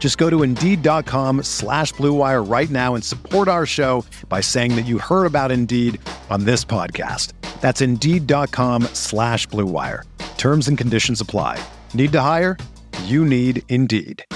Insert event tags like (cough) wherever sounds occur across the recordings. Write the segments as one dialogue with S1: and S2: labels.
S1: Just go to Indeed.com slash BlueWire right now and support our show by saying that you heard about Indeed on this podcast. That's Indeed.com slash BlueWire. Terms and conditions apply. Need to hire? You need Indeed.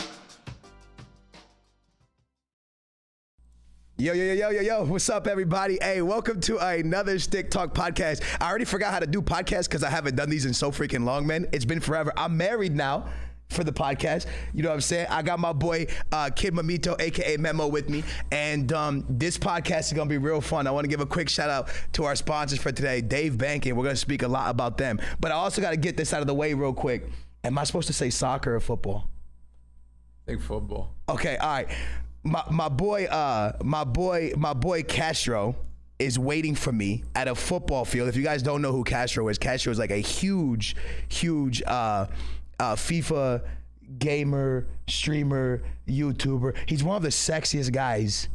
S2: Yo, yo, yo, yo, yo, yo. What's up, everybody? Hey, welcome to another Stick Talk podcast. I already forgot how to do podcasts because I haven't done these in so freaking long, man. It's been forever. I'm married now for the podcast. You know what I'm saying? I got my boy uh, Kid Mamito, aka Memo, with me. And um, this podcast is going to be real fun. I want to give a quick shout out to our sponsors for today, Dave Banking. We're going to speak a lot about them. But I also got to get this out of the way real quick. Am I supposed to say soccer or football?
S3: Big football.
S2: Okay, all right. My my boy, uh, my boy, my boy Castro is waiting for me at a football field. If you guys don't know who Castro is, Castro is like a huge, huge uh, uh, FIFA gamer, streamer, YouTuber. He's one of the sexiest guys.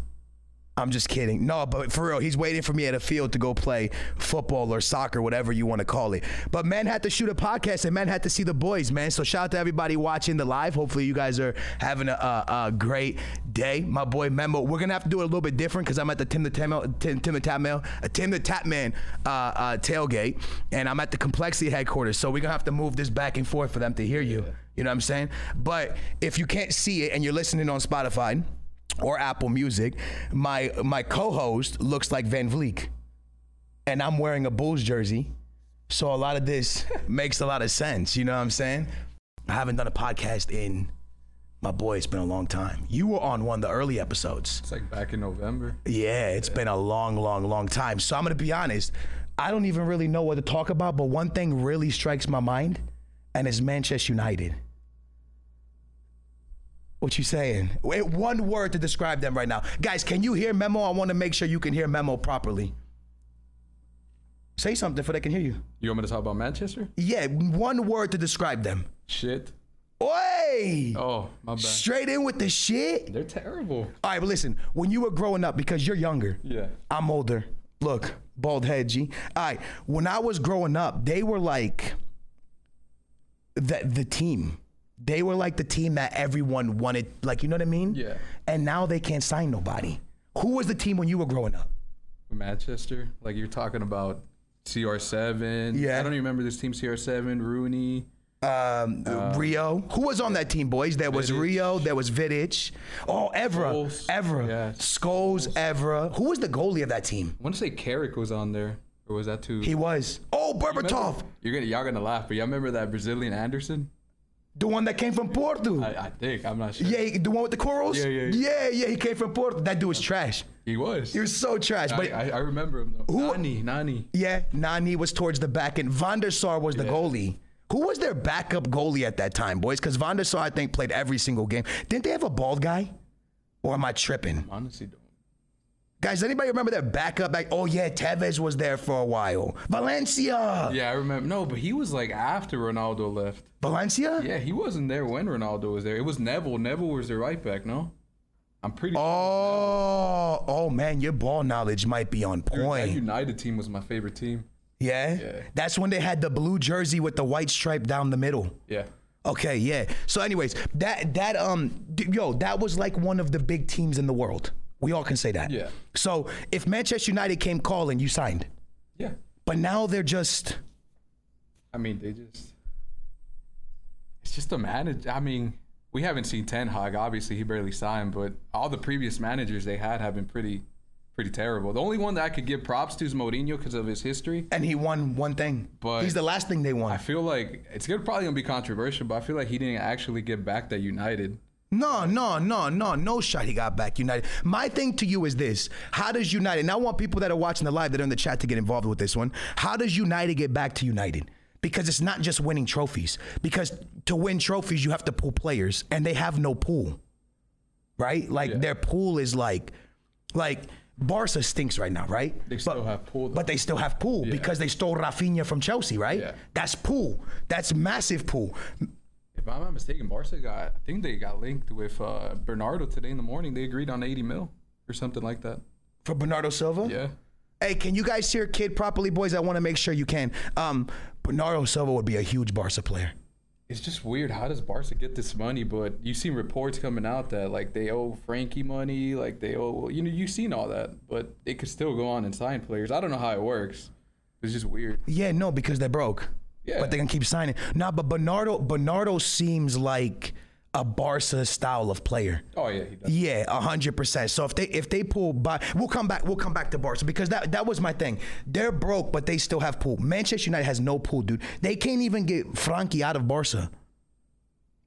S2: I'm just kidding. No, but for real, he's waiting for me at a field to go play football or soccer, whatever you want to call it. But men had to shoot a podcast and men had to see the boys, man. So shout out to everybody watching the live. Hopefully, you guys are having a, a, a great day. My boy Memo, we're gonna have to do it a little bit different because I'm at the Tim the Tam, Tim, Tim the Tapman, uh, Tim the Tapman uh, uh, tailgate, and I'm at the Complexity headquarters. So we're gonna have to move this back and forth for them to hear you. You know what I'm saying? But if you can't see it and you're listening on Spotify or Apple Music, my my co-host looks like Van Vliet, and I'm wearing a Bulls jersey, so a lot of this makes a lot of sense. You know what I'm saying? I haven't done a podcast in my boy. It's been a long time. You were on one of the early episodes.
S3: It's like back in November.
S2: Yeah, it's been a long, long, long time. So I'm gonna be honest. I don't even really know what to talk about, but one thing really strikes my mind, and it's Manchester United. What you saying? Wait, one word to describe them right now, guys. Can you hear Memo? I want to make sure you can hear Memo properly. Say something for they can hear you.
S3: You want me to talk about Manchester?
S2: Yeah, one word to describe them.
S3: Shit.
S2: Oi!
S3: Oh, my bad.
S2: Straight in with the shit.
S3: They're terrible.
S2: All right, but listen, when you were growing up, because you're younger,
S3: Yeah.
S2: I'm older. Look, bald head, G. All right, when I was growing up, they were like the the team. They were like the team that everyone wanted. Like, you know what I mean?
S3: Yeah.
S2: And now they can't sign nobody. Who was the team when you were growing up?
S3: Manchester. Like you're talking about CR7.
S2: Yeah.
S3: I don't even remember this team. CR7, Rooney.
S2: Um, Rio. Who was on that team, boys? There was
S3: Uh, Vidic.
S2: Rio. There was Vidic. Oh, Evra.
S3: Scholes.
S2: Evra.
S3: Yeah.
S2: Scholes, Evra. Who was the goalie of that team?
S3: I want to say Carrick was on there. Or was that too?
S2: He was. Oh, Berbatov.
S3: You're gonna, y'all gonna laugh, but y'all remember that Brazilian Anderson?
S2: The one that came from Porto.
S3: I, I think. I'm not sure.
S2: Yeah, he- the one with the corals.
S3: Yeah, yeah,
S2: yeah. yeah, he came from Porto. That dude was trash.
S3: He was.
S2: He was so trash.
S3: I,
S2: But
S3: I, I remember him though.
S2: Who-
S3: Nani, Nani.
S2: yeah, Nani was towards the back, and Van der Sar was the goalie. Who was their backup goalie at that time, boys? Because Van der Sar, I think, played every single game. Didn't they have a bald guy? Or am I tripping?
S3: Honestly, don't.
S2: Guys, anybody remember their backup? Back? Oh, yeah, Tevez was there for a while. Valencia!
S3: Yeah, I remember. No, but he was like after Ronaldo left.
S2: Valencia?
S3: Yeah, he wasn't there when Ronaldo was there. It was Neville. Neville was their right back. No, I'm pretty.
S2: Oh, oh, man, your ball knowledge might be on
S3: Dude, That
S2: point.
S3: United team was my favorite team.
S2: Yeah?
S3: Yeah.
S2: That's when they had the blue jersey with the white stripe down the middle.
S3: Yeah.
S2: Okay, yeah. So, anyways, that that um, d- yo, that was like one of the big teams in the world. We all can say that.
S3: Yeah.
S2: So, if Manchester United came calling, you signed.
S3: Yeah.
S2: But now they're just
S3: I mean, they just. It's just a manager. I mean, we haven't seen Ten Hag. Obviously, he barely signed, but all the previous managers they had have been pretty pretty terrible. The only one that I could give props to is Mourinho because of his history.
S2: and he won one thing.
S3: But-
S2: he's the last thing they won.
S3: I feel like it's gonna probably gonna be controversial, but I feel like he didn't actually get back that United.
S2: No, no, no, no, no shot. He got back United. My thing to you is this: How does United? And I want people that are watching the live that are in the chat to get involved with this one. How does United get back to United? Because it's not just winning trophies. Because to win trophies, you have to pull players, and they have no pool, right? Like their pool is like, like Barca stinks right now, right?
S3: They still have pool, though.
S2: but they still have pool because they stole Rafinha from Chelsea, right?
S3: Yeah.
S2: That's pool. That's massive pool.
S3: If I'm not mistaken, Barca got I think they got linked with uh, Bernardo today in the morning. They agreed on 80 mil or something like that.
S2: For Bernardo Silva,
S3: Yeah.
S2: Hey, can you guys hear kid properly, boys? I want to make sure you can. Um, Bernardo Silva would be a huge Barca player.
S3: It's just weird. How does Barca get this money? But you seen reports coming out that like they owe Frankie money, like they owe you know you've seen all that, but they could still go on and sign players. I don't know how it works. It's just weird.
S2: Yeah, no, because they're broke.
S3: Yeah.
S2: But they're gonna keep signing. Nah, but Bernardo Bernardo seems like a Barca style of player.
S3: Oh yeah, he does.
S2: Yeah, hundred percent. So if they if they pull by, we'll come back. We'll come back to Barca because that that was my thing. They're broke, but they still have pool. Manchester United has no pool, dude. They can't even get Frankie out of Barca.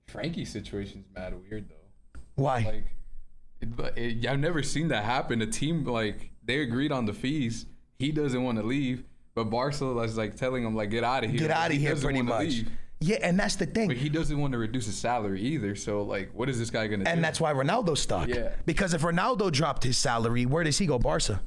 S3: Frankie's situation's mad weird though.
S2: Why?
S3: Like, it, but it, I've never seen that happen. A team like they agreed on the fees. He doesn't want to leave, but Barcelona is like telling him like get out of here.
S2: get
S3: But
S2: out of
S3: he
S2: here,
S3: doesn't
S2: pretty
S3: wanna
S2: much.
S3: leave.
S2: Yeah, and that's the thing.
S3: But he doesn't want to reduce his salary either. So like, what is this guy gonna do?
S2: And that's why Ronaldo's stuck.
S3: Yeah.
S2: Because if Ronaldo dropped his salary, where does he go? Barca.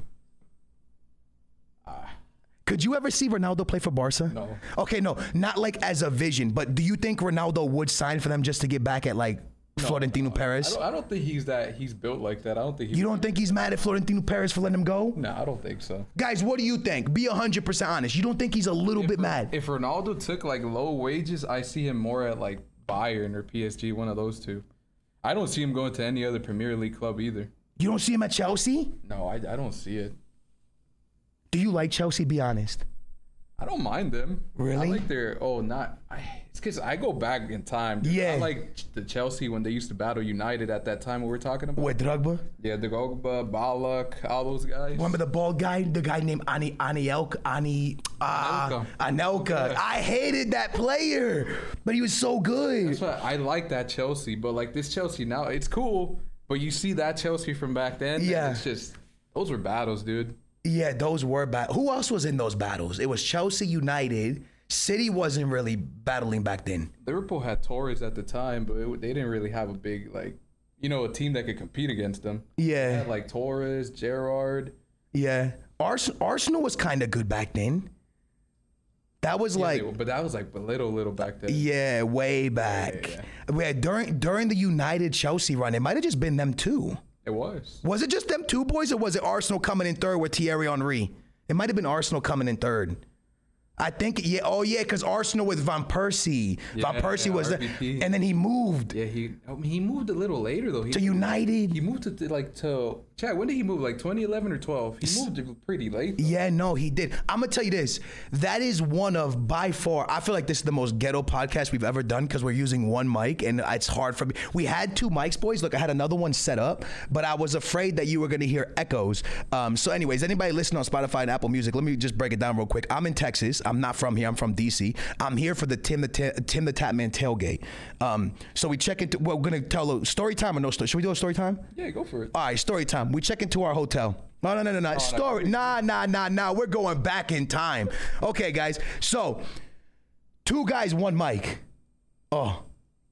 S2: Could you ever see Ronaldo play for Barca?
S3: Ah. No.
S2: Okay, no, not like as a vision, but do you think Ronaldo would sign for them just to get back at like Florentino
S3: I
S2: Perez?
S3: don't, I don't think he's that. He's built like that. I don't think he.
S2: you
S3: (laughs)
S2: don't think he's mad at Florentino Perez for letting him go?
S3: No, I don't think so.
S2: Guys, what do you think? Be 100% honest. You don't think he's a little bit mad?
S3: If Ronaldo took like low wages, I see him more at like Bayern or PSG, one of those two. I don't see him going to any other Premier League club either.
S2: you don't see him at Chelsea?
S3: No, I, I don't see it.
S2: Do you like Chelsea? Be honest.
S3: I don't mind them.
S2: Really?
S3: I like their oh not. I, it's because I go back in time. dude.
S2: Yeah.
S3: I like ch- the Chelsea when they used to battle United at that time we were talking about.
S2: With Drogba?
S3: Yeah, the Gogba, Balak, all those guys.
S2: Remember the bald guy, the guy named Ani Anielk Ani uh,
S3: Anelka.
S2: Anelka. I hated that player, but he was so good.
S3: That's why I like that Chelsea, but like this Chelsea now, it's cool. But you see that Chelsea from back then. and
S2: Yeah.
S3: It's just those were battles, dude.
S2: Yeah, those were bad. Who else was in those battles? It was Chelsea United. City wasn't really battling back then.
S3: Liverpool had Torres at the time, but it, they didn't really have a big like, you know, a team that could compete against them. They
S2: Yeah,
S3: had like Torres, Gerrard.
S2: yeah. Ars- Arsenal was kind of good back then. That was like
S3: but that was like little, little back then.
S2: yeah, way back. Yeah, during during the United Chelsea run, it might have just been them two.
S3: It was.
S2: Was it just them two boys, or was it Arsenal coming in third with Thierry Henry? It might have been Arsenal coming in third. I think yeah. Oh yeah, because Arsenal with Van Persie. Van
S3: Yeah,
S2: Persie was, there,
S3: RVP.
S2: and then he moved
S3: Yeah, he I mean, he moved a little later though. He,
S2: to United.
S3: he moved to th- like to Chad. When did he move? Like 2011 or 12? He moved pretty late. though.
S2: Yeah, no, he did. I'm gonna tell you this. That is one of by far. I feel like this is the most ghetto podcast we've ever done because we're using one mic and it's hard for me. We had two mics, boys. Look, I had another one set up, but I was afraid that you were gonna hear echoes. Um, so, anyways, anybody listening on Spotify and Apple Music, let me just break it down real quick. I'm in Texas. I'm not from here. I'm from DC. I'm here for the Tim the Ta- Tim the Tapman tailgate. Um, so we check into. We're gonna tell a story time or no story. Should we do a story time?
S3: Yeah, go for it.
S2: All right, story time. We check into our hotel. No, no, no, no, no. story. Nah, nah, nah, nah. We're going back in time. Okay, guys. So, two guys, one mic. Oh,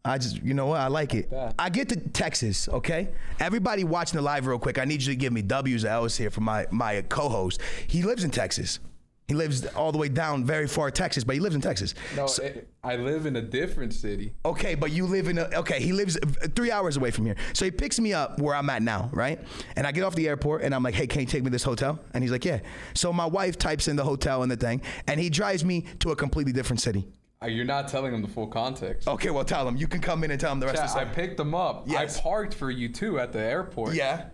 S2: I just, you know what? I like it. I get to Texas, okay? Everybody watching the live real quick, I need you to give me W's or L's here for my, my co host. He lives in Texas. He lives all the way down very far Texas, but he lives in Texas.
S3: No, it- I live in a different city.
S2: Okay, but you live in a okay. He lives three hours away from here, so he picks me up where I'm at now, right? And I get off the airport, and I'm like, "Hey, can you take me to this hotel?" And he's like, "Yeah." So my wife types in the hotel and the thing, and he drives me to a completely different city.
S3: Uh, You're not telling him the full context.
S2: Okay, well, tell him you can come in and tell him the rest
S3: Yeah,
S2: of the
S3: I
S2: stuff.
S3: picked him up.
S2: Yes.
S3: I parked for you too at the airport.
S2: yeah,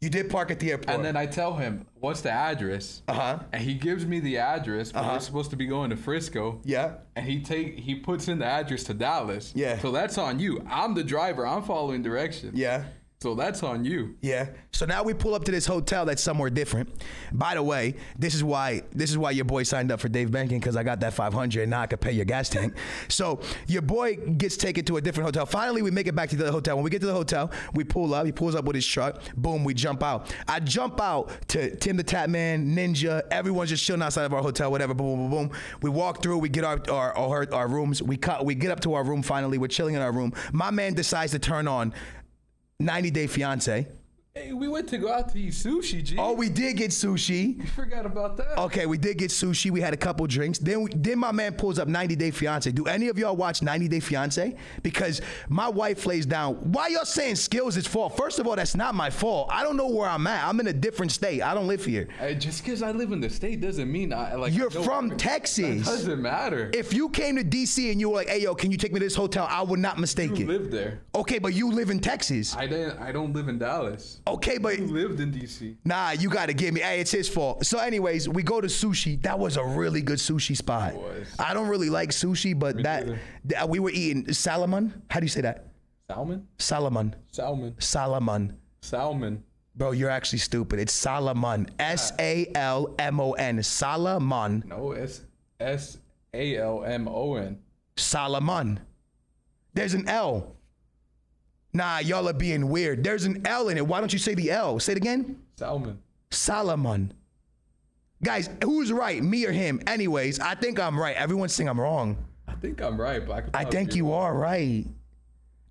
S2: you did park at the airport.
S3: And then I tell him, what's the address? Uh-huh. And he gives me the address, but we're supposed to be going to Frisco.
S2: Uh-huh. yeah,
S3: And he take he puts in the address to Dallas.
S2: Yeah.
S3: So that's on you. I'm the driver. I'm following directions.
S2: yeah.
S3: So that's on you.
S2: Yeah. So now we pull up to this hotel that's somewhere different. By the way, this is why this is why your boy signed up for Dave Banking because I got that 500 and now I could pay your gas tank. So your boy gets taken to a different hotel. Finally, we make it back to the hotel. When we get to the hotel, we pull up. He pulls up with his truck. Boom, we jump out. I jump out to Tim the Tap Man, Ninja. Everyone's just chilling outside of our hotel. Whatever. Boom, boom, boom. boom. We walk through. We get our our our, our rooms. We cut. We get up to our room. Finally, we're chilling in our room. My man decides to turn on 90 Day Fiance.
S3: Hey, we went to go out to eat sushi, G.
S2: Oh, we did get sushi.
S3: you forgot about that.
S2: Okay, we did get sushi. We had a couple drinks. Then, we, then my man pulls up 90 Day Fiance. Do any of y'all watch 90 Day Fiance? Because my wife lays down. Why y'all saying skills is fault? First of all, that's not my fault. I don't know where I'm at. I'm in a different state. I don't live here.
S3: Hey, just because I live in the state doesn't mean I like.
S2: You're
S3: I know-
S2: from
S3: It
S2: Texas.
S3: doesn't matter.
S2: If you came to DC and you were like, "Hey, yo, can you take me to this hotel?" I would not mistake
S3: you
S2: it.
S3: live there.
S2: Okay, but you live in Texas.
S3: I didn't. I don't live in Dallas.
S2: Okay, but
S3: You lived in DC.
S2: Nah, you gotta give me. Hey, it's his fault. So, anyways, we go to sushi. That was a really good sushi spot.
S3: was.
S2: I don't really like sushi, but that,
S3: neither.
S2: that- we were eating salmon. How do you say that?
S3: Salmon.
S2: Salmon.
S3: Salmon.
S2: Salmon.
S3: Salmon.
S2: Bro, you're actually stupid. It's Salomon. S A L M O N. Salomon.
S3: No, S S A L M O N.
S2: Salomon. There's an L. Nah, y'all are being weird. There's an L in it. Why don't you say the L? Say it again.
S3: Salmon.
S2: Solomon. Guys, who's right, me or him? Anyways, I think I'm right. Everyone's saying I'm wrong.
S3: I think I'm right, but I, could
S2: I
S3: probably
S2: think
S3: be
S2: you are right.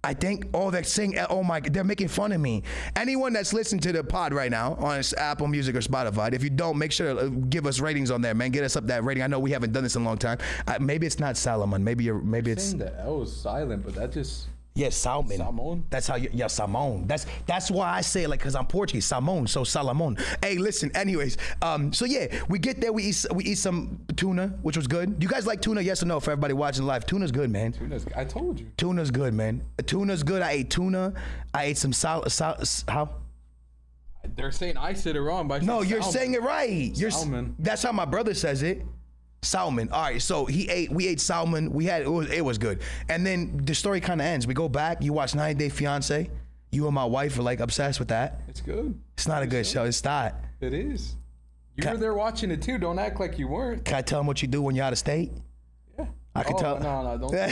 S2: I think, oh, they're saying, oh my, they're making fun of me. Anyone that's listening to the pod right now on s- Apple Music or Spotify, if you don't, make sure to uh, give us ratings on there, man. Get us up that rating. I know we haven't done this in a long time. Uh, maybe it's not Salomon. Maybe you're, maybe it's,
S3: saying the L is silent, but that just
S2: yes, Salmon.
S3: Salmon?
S2: That's how you, yeah, Salmon. That's that's why I say it like because I'm Portuguese, Salmon. So Salomon. Hey, listen. Anyways, um, so yeah, we get there. We eat we eat some tuna, which was good. You guys like tuna? Yes or no? For everybody watching live, tuna's good, man.
S3: who knows? I told you.
S2: Tuna's good, man. Tuna's good. I ate tuna. I ate some sal, sal s- how?
S3: They're saying I said it wrong by
S2: No, you're saying it right. You're, s-
S3: Salmon.
S2: That's how my brother says it. Salmon. All right, so he ate. We ate salmon. We had it was, it was good. And then the story kind of ends. We go back. You watch 90 Day Fiance. You and my wife are like obsessed with that.
S3: It's good.
S2: It's not a good show. It's not.
S3: It is. You were there watching it too. Don't act like you weren't.
S2: Can I tell them what you do when you're out of state?
S3: Yeah.
S2: I can
S3: oh,
S2: tell-
S3: No, no, don't.
S2: (laughs)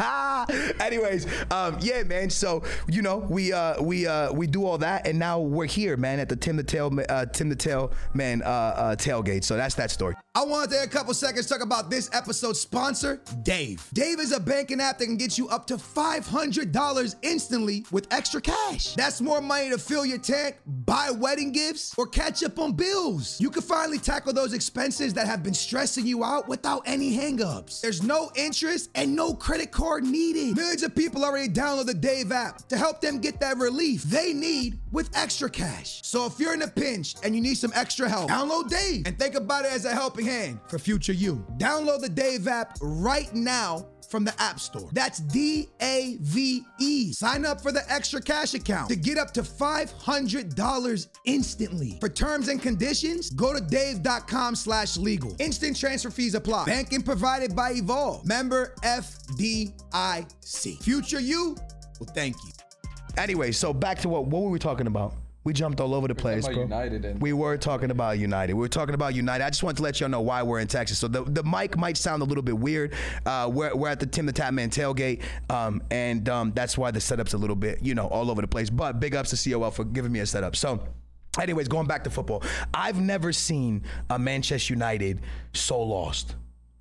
S2: Anyways, um, yeah, man. So you know, we uh, we uh, we do all that, and now we're here, man, at the Tim the Tail uh, Tim the Tail man uh, uh, tailgate. So that's that story. I want to take a couple seconds to talk about this episode's sponsor, Dave. Dave is a banking app that can get you up to five hundred dollars instantly with extra cash. That's more money to fill your tank, buy wedding gifts, or catch up on bills. You can finally tackle those expenses that have been stressing you out without any hangups. There's no interest and no credit card needed. Millions of people already download the Dave app to help them get that relief they need with extra cash. So if you're in a pinch and you need some extra help, download Dave and think about it as a helping hand for future you. Download the Dave app right now from the App Store. That's D A V E. Sign up for the extra cash account to get up to $500 instantly. For terms and conditions, go to dave.com slash legal. Instant transfer fees apply. Banking provided by Evolve. Member FDIC. Future you will thank you. Anyway, so back to what, what were we talking about? We jumped all over the place,
S3: about
S2: bro.
S3: United and-
S2: we were talking about United. We were talking about United. I just wanted to let y'all know why we're in Texas. So the, the mic might sound a little bit weird. Uh, we're, we're at the Tim the Tap Man tailgate, um, and um, that's why the setup's a little bit, you know, all over the place. But big ups to COL for giving me a setup. So. Anyways, going back to football, I've never seen a Manchester United so lost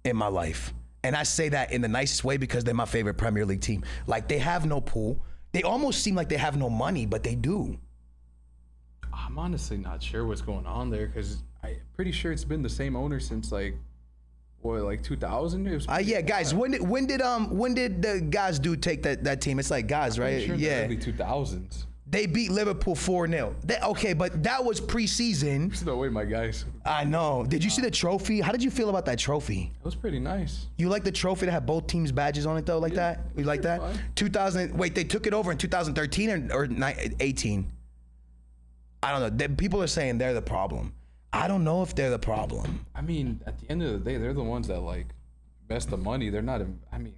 S2: in my life. And I say that in the nicest way because they're my favorite Premier League team. Like they have no pool. They almost seem like they have no money, but they do.
S3: I'm honestly not sure what's going on there because I'm pretty sure it's been the same owner since like, what, like 2000? It was
S2: Uh, yeah, guys. When did when did um when did the guys do take that that team? It's like guys, right?
S3: pretty sure in the
S2: yeah,
S3: early 2000s.
S2: they beat Liverpool four 0 Okay, but that was preseason.
S3: There's no way, my guys.
S2: I know. Did you see the trophy? How did you feel about that trophy?
S3: It was pretty nice.
S2: You like the trophy that had both teams' badges on it though, like that? You like that?
S3: fine.
S2: 2000. Wait, they took it over in 2013 or, or ni- 18. I don't know. They- people are saying they're the problem. I don't know if they're the problem.
S3: I mean, at the end of the day, they're the ones that like invest the money. They're not. in- I mean,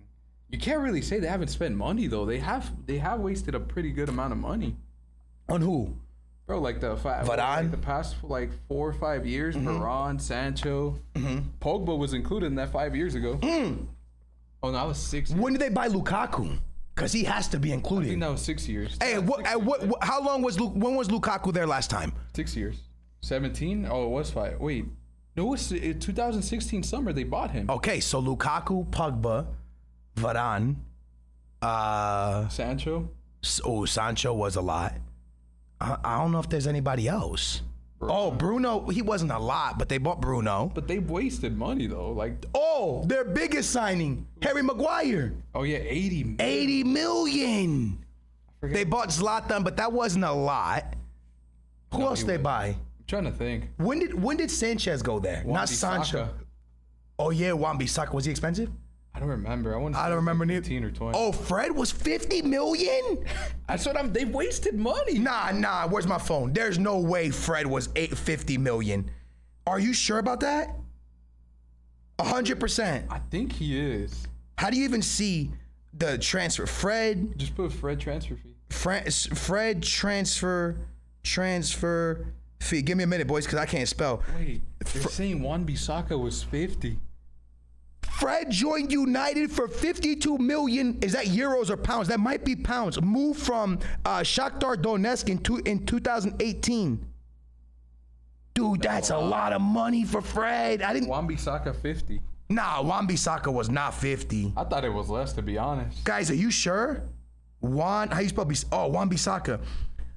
S3: you can't really say they haven't spent money though. They have. They have wasted a pretty good amount of money.
S2: On who?
S3: Bro, like the five,
S2: Varane? Mm-hmm.
S3: like the past like four or five years, Varane, Sancho, Pogba was included in that five years ago.
S2: Mm.
S3: Oh, no, that was six. Years.
S2: When did they buy Lukaku? Because he has to be
S3: I think
S2: included.
S3: that was six years.
S2: Hey, what, at what, what? How long was Lu When was Lukaku there last time?
S3: Six years. Seventeen? Oh, it was five. Wait, no, it was it- 2016 summer. They bought him.
S2: Okay, so Lukaku, Pogba, Varane, uh,
S3: Sancho.
S2: S- oh Sancho was a lot. I, I don't know if there's anybody else. Oh, Bruno, he wasn't a lot, but they bought Bruno.
S3: But they wasted money though. Like,
S2: Oh, their biggest signing, Harry Maguire,
S3: oh yeah, 80.
S2: 80 million. They bought Zlatan, but that wasn't a lot. Who else they buy?
S3: I'm trying to think.
S2: When did when did Sanchez go there? Not
S3: Wan-Bissaka.
S2: Sancho. Oh yeah, Wan-Bissaka. Was he expensive?
S3: I don't remember. I want.
S2: I don't remember neither.
S3: 15 or 20.
S2: Oh, Fred was 50 million?
S3: that's what I'm. They wasted money.
S2: Nah, nah, where's my phone? There's no way Fred was 850 million. Are you sure about that? 100%.
S3: I think he is.
S2: How do you even see the transfer? Fred,
S3: Just put Fred transfer fee.
S2: Fran- Fred transfer, transfer fee. Give me a minute, boys, because I can't spell.
S3: Wait, they're saying Juan Bisaka was 50.
S2: Fred joined United for 52 million. Is that euros or pounds? That might be pounds. Moved from uh, Shakhtar Donetsk in, two, in 2018. Dude, that's a lot of money for Fred. I didn't.
S3: Juan Bisaka 50.
S2: Nah, Wan-Bissaka was not 50.
S3: I thought it was less, to be honest.
S2: Guys, are you sure? Juan, how you spell Bis- Oh, Juan Bisaka.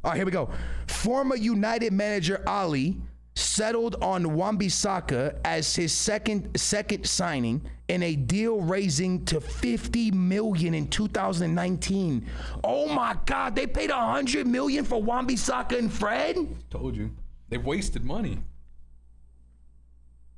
S2: All right, here we go. Former United manager Ali settled on Juan Bisaka as his second second signing in a deal raising to 50 million in 2019. Oh my God, they paid 100 million for Juan Bisaka and Fred?
S3: Told you. They wasted money.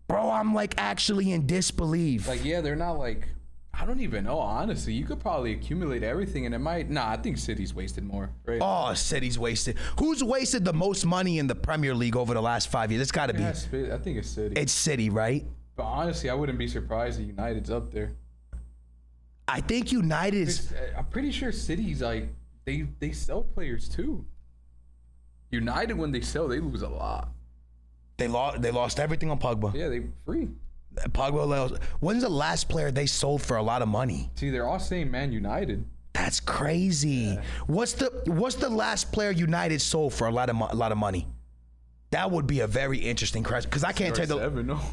S2: Bro, I'm like actually in disbelief.
S3: Like, yeah, they're not like. I don't even know, honestly. You could probably accumulate everything and it might. Nah, I think City's wasted more, right?
S2: Oh, City's wasted. Who's wasted the most money in the Premier League over the last five years? It's got to be.
S3: Yes, but I think it's City.
S2: It's City, right?
S3: but honestly, I wouldn't be surprised if United's up there.
S2: I think United is.
S3: It's- eh, I'm pretty sure City's like. They, they sell players too. United, when they sell, they lose a lot.
S2: They lost. They lost everything on Pogba.
S3: Yeah, they free.
S2: Pogba lost. When's the last player they sold for a lot of money?
S3: See, they're all saying Man United.
S2: That's crazy. What's the What's the last player United sold for a lot of mo- a lot of money? That would be a very interesting question because I can't
S3: Or
S2: tell you the.
S3: seven, no. (laughs)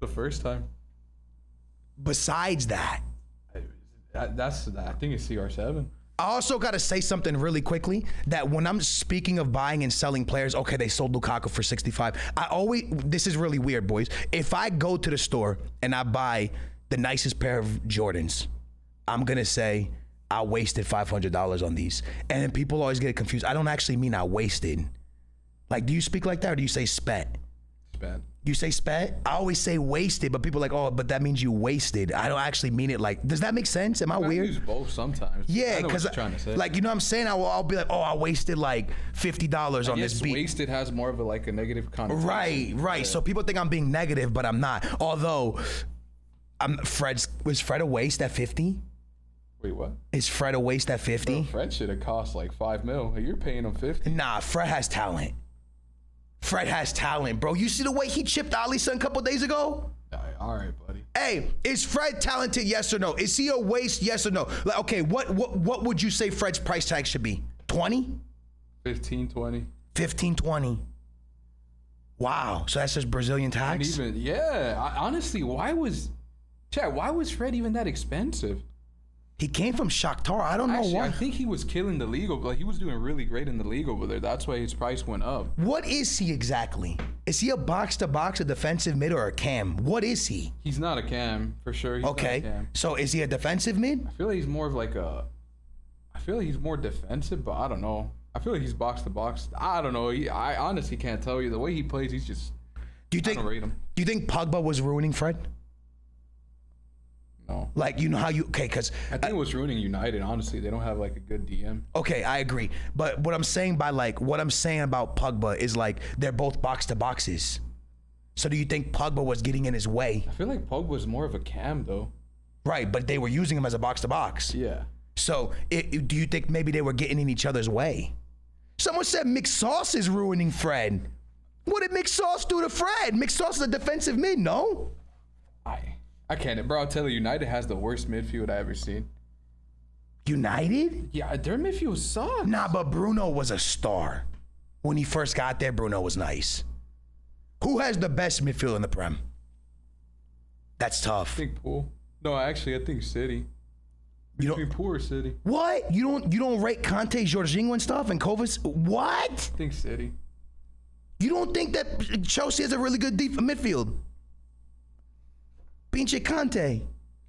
S3: The first time.
S2: Besides that,
S3: That, that's I think it's CR7.
S2: I also got to say something really quickly that when I'm speaking of buying and selling players, okay, they sold Lukaku for 65. I always, this is really weird, boys. If I go to the store and I buy the nicest pair of Jordans, I'm going to say, I wasted $500 on these. And then people always get confused. I don't actually mean I wasted. Like, do you speak like that or do you say spent?
S3: It's bad.
S2: You say spent? I always say wasted, but people are like, oh, but that means you wasted. I don't actually mean it like, does that make sense? Am I
S3: I
S2: weird?
S3: use both sometimes.
S2: Yeah,
S3: I know what
S2: because
S3: you're trying to say.
S2: like you know what I'm saying, I will, I'll be like, oh, I wasted like fifty dollars on this
S3: yes,
S2: beat.
S3: wasted has more of a like a negative connotation.
S2: Right, right. So people think I'm being negative, but I'm not. Although, I'm Fred's was Fred a waste at fifty?
S3: Wait, what?
S2: Is Fred a waste at fifty?
S3: Fred should have cost like five mil. You're paying him fifty.
S2: Nah, Fred has talent. Fred has talent, bro. You see the way he chipped Ali's son a couple days ago?
S3: All right, buddy.
S2: Hey, is Fred talented? Yes or no? Is he a waste? Yes or no? Like, okay, what what what would you say Fred's price tag should be? Twenty?
S3: 15, 20.
S2: 15, 20. Wow. So that's just Brazilian
S3: And
S2: tax?
S3: even yeah. I, honestly, why was Chad? Why was Fred even that expensive?
S2: He came from Shakhtar. I don't
S3: Actually,
S2: know
S3: I
S2: why.
S3: think he was killing the league. Over, like he was doing really great in the league over there. That's why his price went up.
S2: What is he exactly? Is he a box to box, a defensive mid, or a cam? What is he?
S3: He's not a cam for sure. He's not a
S2: Okay.
S3: cam.
S2: So is he a defensive mid?
S3: I feel like he's more of like a. I feel like he's more defensive, but I don't know. I feel like he's box to box. I don't know. He, I honestly can't tell you the way he plays. He's just.
S2: Do you
S3: I
S2: think
S3: don't rate him.
S2: do you think Pogba was ruining Fred?
S3: No.
S2: Like you know how you okay, cause
S3: I think what's ruining United. Honestly, they don't have like a good DM.
S2: okay, I agree. But what I'm saying by like what I'm saying about Pogba is like they're both box to boxes. So do you think Pogba was getting in his way?
S3: I feel like Pogba's more of a cam though.
S2: Right, but they were using him as a box to box.
S3: Yeah.
S2: So, it, do you think maybe they were getting in each other's way? Someone said McSauce is ruining Fred. What did McSauce do to Fred? McSauce is a defensive mid, no?
S3: I I can't, bro. I'll tell you, United has the worst midfield I ever seen.
S2: United?
S3: Yeah, their midfield sucks.
S2: Nah, but Bruno was a star. When he first got there, Bruno was nice. Who has the best midfield in the Prem? That's
S3: I
S2: tough.
S3: think Pool. No, actually, I think City.
S2: You
S3: Between
S2: don't,
S3: Pool or City?
S2: what? You don't you don't rate Conte, Jorginho and stuff and Kovac? What?
S3: I think City.
S2: You don't think that Chelsea has a really good deep midfield? Pinche Conte.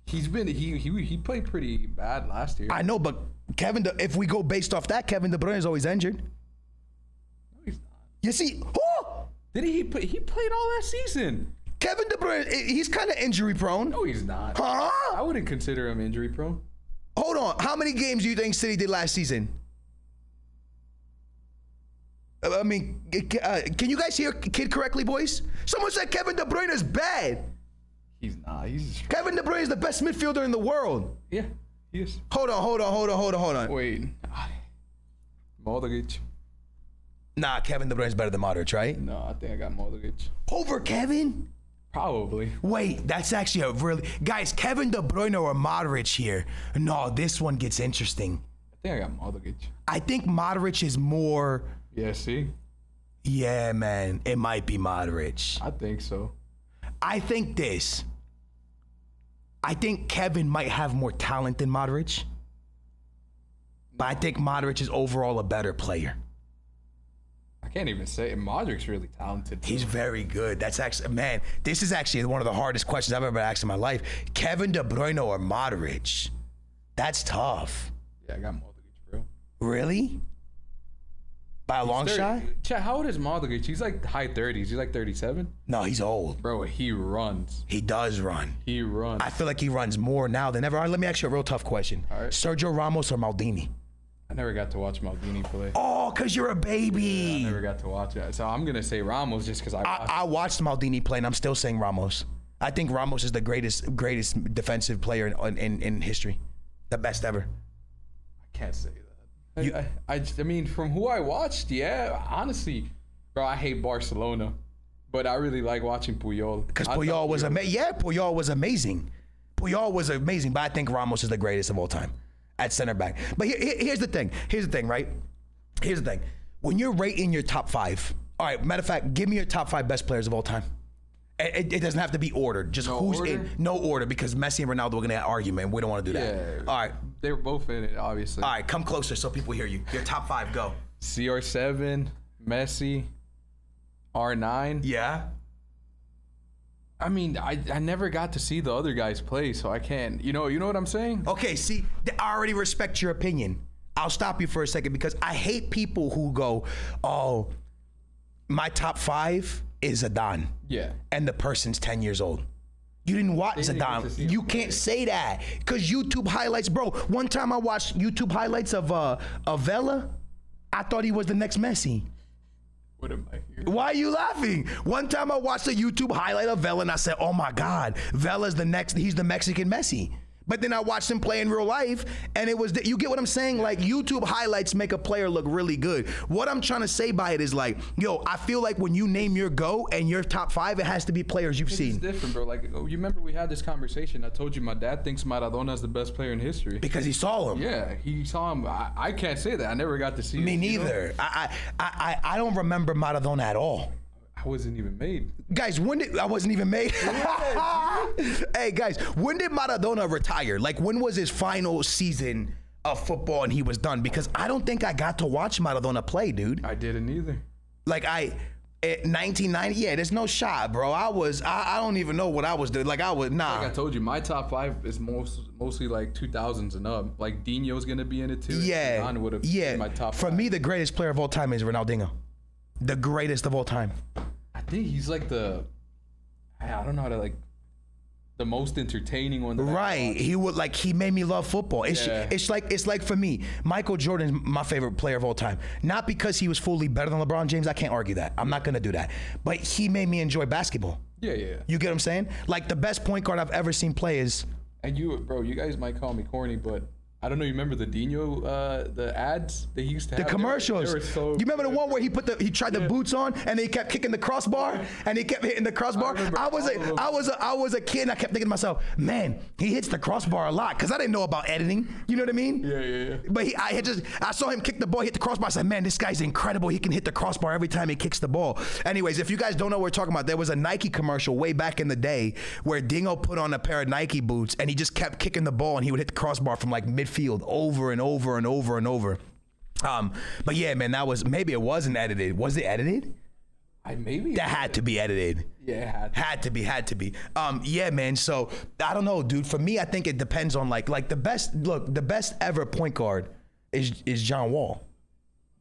S3: He's been he he he played pretty bad last year.
S2: I know, but Kevin, De, if we go based off that, Kevin De Bruyne is always injured.
S3: No, he's not.
S2: You see, oh,
S3: Did he? He, play, he played all that season.
S2: Kevin De Bruyne, i- he's kind of injury prone.
S3: No, he's not. I
S2: Huh?
S3: wouldn't consider him injury prone.
S2: Hold on. How many games do you think City did last season? Uh, I mean, c- c- uh, can you guys hear Kid correctly, boys? Someone said Kevin De Bruyne is bad.
S3: He's not. He's just,
S2: Kevin De Bruyne is the best midfielder in the world.
S3: yeah. He is.
S2: Hold on, hold on, hold on, hold on, hold on.
S3: Wait. Modric.
S2: Nah, Kevin De Bruyne is better than Modric, right?
S3: No, I think I got Modric.
S2: Over Kevin?
S3: Probably.
S2: Wait, that's actually a really guys. Kevin De Bruyne or Modric here? No, this one gets interesting.
S3: I think I got Modric.
S2: I think Modric is more.
S3: Yeah. See,
S2: Yeah, man, it might be Modric.
S3: I think so.
S2: I think this. I think Kevin might have more talent than Modric, but I think Modric is overall a better player.
S3: I can't even say. it. Modric's really talented. too.
S2: He's very good. That's actually man. This is actually one of the hardest questions I've ever asked in my life. Kevin De Bruyne or Modric? That's tough.
S3: yeah, I got Modric, bro.
S2: Really? By a long
S3: Thirty-
S2: shot?
S3: Chat, how old is Modric? He's like high 30s. He's like 37.
S2: No, he's old.
S3: Bro, he runs.
S2: He does run.
S3: He runs.
S2: I feel like he runs more now than ever. All right, let me ask you a real tough question.
S3: All right.
S2: Sergio Ramos or Maldini?
S3: I never got to watch Maldini play.
S2: Oh, because you're a baby.
S3: Never got to watch it. So I'm going to say Ramos just because
S2: I,
S3: I watched.
S2: I watched Maldini play, and I'm still saying Ramos. I think Ramos is the greatest, greatest defensive player in, in, in history. The best ever.
S3: I can't say that. I- I, I, just- I mean, from who I watched, yeah, honestly, bro, I hate Barcelona, but I really like watching Puyol.
S2: Because
S3: I
S2: Puyol
S3: thought
S2: was
S3: Puyol-
S2: ama- Yeah, Puyol was amazing. Puyol was amazing, but I think Ramos is the greatest of all time at center back. But here- here- here's the thing. Here's the thing, right? Here's the thing. When you're rating your top five, all right. Matter of fact, give me your top five best players of all time. It, it- it doesn't have to be ordered. Just
S3: No
S2: who's
S3: order?
S2: in no order because Messi and Ronaldo are gonna argue, man. We don't want to do that.
S3: Yeah.
S2: All right,
S3: They were both in it, obviously.
S2: all right. Come closer so people hear you. Your top five, go.
S3: CR7, Messi, R9.
S2: Yeah.
S3: I mean, I, I never got to see the other guys play, so I can't. You know, you know what I'm saying?
S2: Okay, see, th- I already respect your opinion. I'll stop you for a second because I hate people who go, oh, my top five is Adon,
S3: Yeah.
S2: and the person's 10 years old. You didn't watch
S3: didn't get to see
S2: Zidane.
S3: him
S2: You can't say that because YouTube highlights, bro. One time I watched YouTube highlights of uh, of Vela. I thought he was the next Messi.
S3: What am I here?
S2: Why are you laughing? One time I watched a YouTube highlight of Vela and I said, "Oh my God, Vela's the next. He's the Mexican Messi." But then I watched him play in real life, and it was. The, you get what I'm saying? Like YouTube highlights make a player look really good. What I'm trying to say by it is like, yo, I feel like when you name your go and your top five, it has to be players you've
S3: It's
S2: seen
S3: different, bro. Like, oh, you remember we had this conversation. I told you my dad thinks Maradona's the best player in history.
S2: because he saw him.
S3: Yeah, he saw him. I, I can't say that. I never got to see
S2: Me
S3: him, you know?
S2: neither. I, I I I don't remember Maradona at all.
S3: I wasn't even made.
S2: Guys, when did I wasn't even
S3: (laughs)
S2: made? hey guys, when did Maradona retire? Like when was his final season of football and he was done? Because I don't think I got to watch Maradona play, dude.
S3: I didn't either.
S2: Like I at 1990, yeah, there's no shot, bro. I was I, I don't even know what I was doing. Like I was nah.
S3: Like I told you, my top five is most mostly like 2000s and up. Like Dino's gonna be in it too. and
S2: yeah.
S3: Zidane would have
S2: Yeah.
S3: been my top.
S2: For
S3: five.
S2: me, the greatest player of all time is Ronaldinho. The greatest of all time.
S3: I think he's like the. I I don't know how to like. The most entertaining one. That I
S2: Right. He would like he made me love football. It's
S3: oh, Yeah.
S2: it's like it's like for me, Michael Jordan's my favorite player of all time. Not because he was fully better than LeBron James. I can't argue that. I'm not gonna do that. But he made me enjoy basketball.
S3: Yeah, yeah.
S2: You get what I'm saying? Like the best point guard I've ever seen play is
S3: And you, bro, you guys might call me corny, but I don't know. You remember the Dino, uh, the ads they used to
S2: The
S3: have? They were-
S2: commercials.
S3: They were so
S2: you remember the
S3: good.
S2: one where he put the he tried the boots on and he kept kicking the crossbar and he kept hitting the crossbar.
S3: remember
S2: I, was
S3: all of
S2: a,
S3: them.
S2: I was a, I was a kid and I kept thinking to myself, man, he hits the crossbar a lot because I didn't know about editing. You know what I mean?
S3: Yeah, yeah, yeah.
S2: But he, I had just I saw him kick the ball, hit the crossbar. I said, man, this guy's incredible. He can hit the crossbar every time he kicks the ball. Anyways, if you guys don't know what we're talking about, there was a Nike commercial way back in the day where Dingo put on a pair of Nike boots and he just kept kicking the ball and he would hit the crossbar from like midfield over and over and over and over. Um, but yeah, man, that was maybe it wasn't edited. Was it edited?
S3: I maybe.
S2: That had to be edited.
S3: yeah, it had.
S2: Had to be, had to be. Um, yeah, man. So I don't know, dude. For me, I think it depends on like like the best look, the best ever point guard is is John Wall.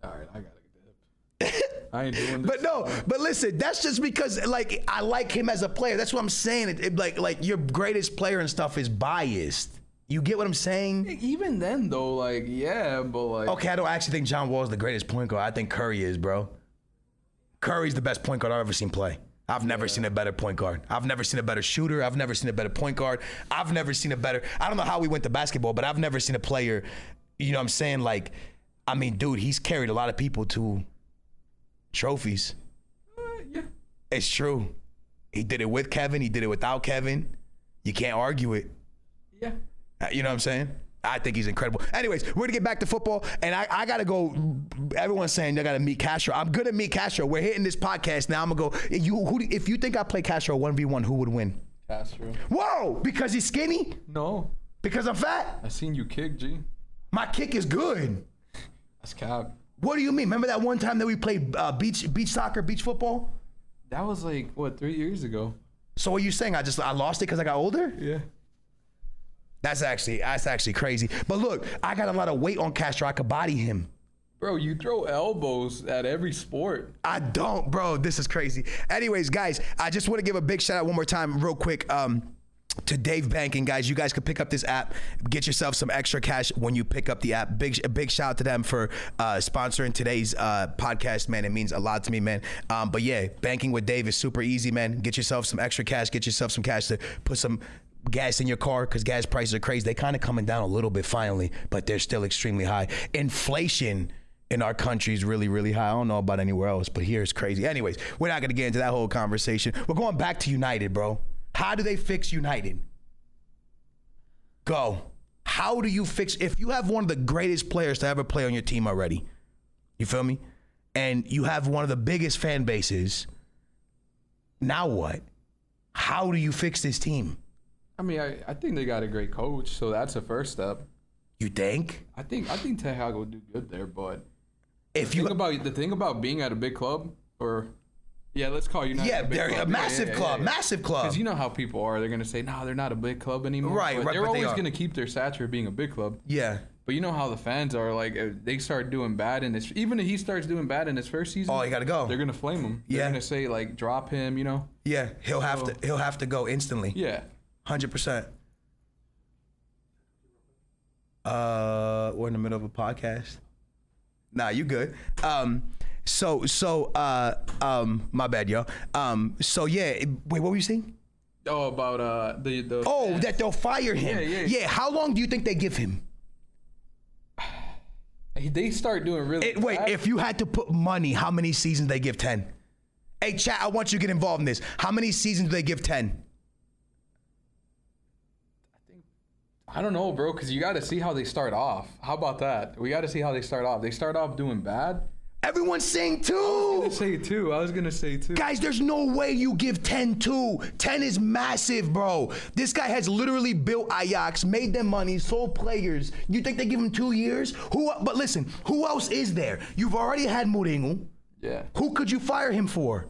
S3: All right, I gotta get that.
S2: (laughs)
S3: up. I ain't doing this.
S2: But no, but listen, that's just because like I like him as a player. That's what I'm saying. It, it- like like your greatest player and stuff is biased. You get what I'm saying?
S3: even then though, like yeah, but like
S2: Okay, I don't actually think John Wall is the greatest point guard. I think Curry is, bro. Curry's the best point guard I've ever seen play. I've never seen a better point guard. I've never seen a better shooter. I've never seen a better point guard. I've never seen a better. I don't know how we went to basketball, but I've never seen a player. You know what I'm saying? Like, I mean, dude, he's carried a lot of people to trophies.
S3: uh, yeah.
S2: It's true. He did it with Kevin. He did it without Kevin. You can't argue it.
S3: Yeah.
S2: Uh, You know what I'm saying? I think he's incredible. Anyways, we're gonna get back to football, and I, I gotta go. Everyone's saying they gotta meet Castro. I'm gonna meet Castro. We're hitting this podcast now. I'm gonna go. You, who, do- if you think I play Castro one v one, who would win?
S3: Castro.
S2: Whoa! Because he's skinny?
S3: No.
S2: Because I'm fat?
S3: I seen you kick, G.
S2: My kick is good.
S3: That's cap.
S2: What do you mean? Remember that one time that we played uh, beach beach soccer, beach football?
S3: That was like what, three years ago?
S2: So what are you saying? I just I lost it because I got older?
S3: Yeah.
S2: That's actually that's actually crazy. But look, I got a lot of weight on Castro. I could body him.
S3: Bro, you throw elbows at every sport.
S2: I don't, bro. This is crazy. Anyways, guys, I just want to give a big shout out one more time, real quick. Um, to Dave Banking, guys, you guys can pick up this app, get yourself some extra cash when you pick up the app. Big, a big shout out to them for uh, sponsoring today's uh, podcast, man. It means a lot to me, man. Um, but yeah, banking with Dave is super easy, man. Get yourself some extra cash, get yourself some cash to put some gas in your car because gas prices are crazy. They kind of coming down a little bit finally, but they're still extremely high. Inflation in our country is really, really high. I don't know about anywhere else, but here it's crazy. Anyways, we're not going to get into that whole conversation. We're going back to United, bro. How do they fix United? Go. How do you fix if you have one of the greatest players to ever play on your team already? You feel me? And you have one of the biggest fan bases. Now what? How do you fix this team?
S3: I mean, I, I think they got a great coach, so that's the first step.
S2: You think?
S3: I think I think Ten Hag will do good there, but
S2: If
S3: think
S2: you
S3: about the thing about being at a big club or yeah, let's call United.
S2: Yeah,
S3: big
S2: they're
S3: club.
S2: a massive club, massive club.
S3: Because you know how people are. They're going to say, no, they're not a big club anymore.
S2: Right,
S3: but
S2: right,
S3: They're
S2: but they
S3: always
S2: are.
S3: going to keep their stature of being a big club.
S2: Yeah.
S3: But you know how the fans are. Like, if they start doing bad in this. Even if he starts doing bad in his first season,
S2: Oh, he gotta go.
S3: they're going to flame him. They're
S2: Yeah.
S3: going to say, like, drop him, you know?
S2: Yeah. He'll have to he'll have to go instantly.
S3: Oh. Yeah.
S2: Hundred percent. Uh, we're in the middle of a podcast. Nah, you good. Um, so so uh um, my bad, yo. Um, so yeah. it- Wait, what were you saying?
S3: Oh, about uh the. the
S2: Oh, that they'll fire him.
S3: Yeah, yeah.
S2: How long do you think they give him?
S3: He- They start doing really.
S2: It, wait,
S3: bad.
S2: if you had to put money, how many seasons they give ten? Hey, chat. I want you to get involved in this. How many seasons do they give ten?
S3: I don't know, bro, because you got to see how they start off. How about that? We got to see how they start off. They start off doing bad.
S2: Everyone's saying
S3: I
S2: two.
S3: was gonna say too. I was gonna say too.
S2: Guys, there's no way you give 10 2. 10 is massive, bro. This guy has literally built Ajax, made them money, sold players. You think they give him two years? Who? But listen, who else is there? You've already had Mourinho.
S3: Yeah.
S2: Who could you fire him for?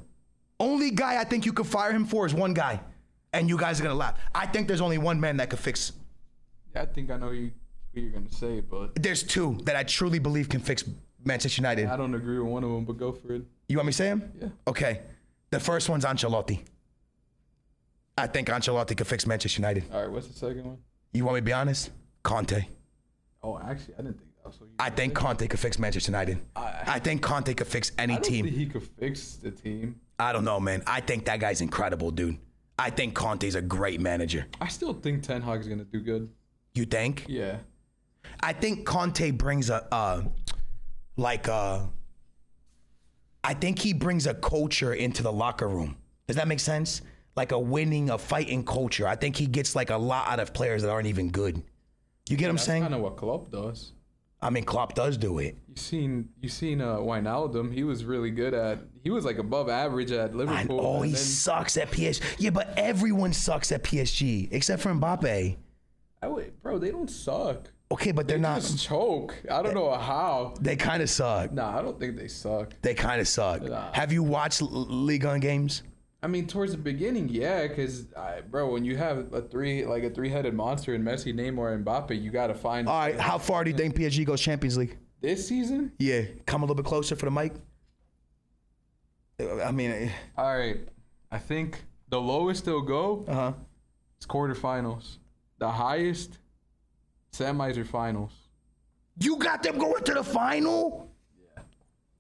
S2: Only guy I think you could fire him for is one guy. And you guys are going to laugh. I think there's only one man that could fix.
S3: I think I know you what you're gonna say, but
S2: There's two that I truly believe can fix Manchester United.
S3: I don't agree with one of them. But go for it.
S2: You want me to say him?
S3: Yeah.
S2: Okay. The first one's Ancelotti. I think Ancelotti could fix Manchester United.
S3: All right. What's the second one?
S2: You want me to be honest? Conte.
S3: Oh, actually, I didn't think that. So you,
S2: I think Conte could fix Manchester United. I, think Conte could fix any
S3: I don't
S2: team.
S3: think he could fix the team.
S2: I don't know, man. I think that guy's incredible, dude. I think Conte's a great manager.
S3: I still think Ten Hag's gonna do good.
S2: You think?
S3: Yeah.
S2: I think Conte brings a uh, like a. I think he brings a culture into the locker room. Does that make sense? Like a winning, a fighting culture. I think he gets like a lot out of players that aren't even good. You get what I'm
S3: That's
S2: saying?
S3: kind of what Klopp does.
S2: I mean, Klopp does do it.
S3: You seen you seen uh, Wijnaldum. He was really good at. He was like above average at
S2: I,
S3: Liverpool.
S2: oh,
S3: and
S2: he
S3: then-
S2: sucks at PSG. Yeah, but everyone sucks at PSG except for Mbappe.
S3: I would- bro, they don't suck.
S2: Okay, but they're not.
S3: Just choke. I don't know how.
S2: (laughs) They kind of suck.
S3: Nah, I don't think they suck.
S2: They kind of suck.
S3: Nah.
S2: Have you watched L- League on games?
S3: I mean, towards the beginning, yeah, because bro, when you have a three like a three-headed monster in Messi, Neymar, and Mbappe, you gotta find
S2: All right, how far do you think PSG goes Champions League?
S3: this season.
S2: Yeah, come a little bit closer for the mic. Uh, I mean, eh,
S3: All right, I think the lowest they'll go
S2: uh-huh.
S3: is quarterfinals. The highest, semis or finals.
S2: You got them going to the final?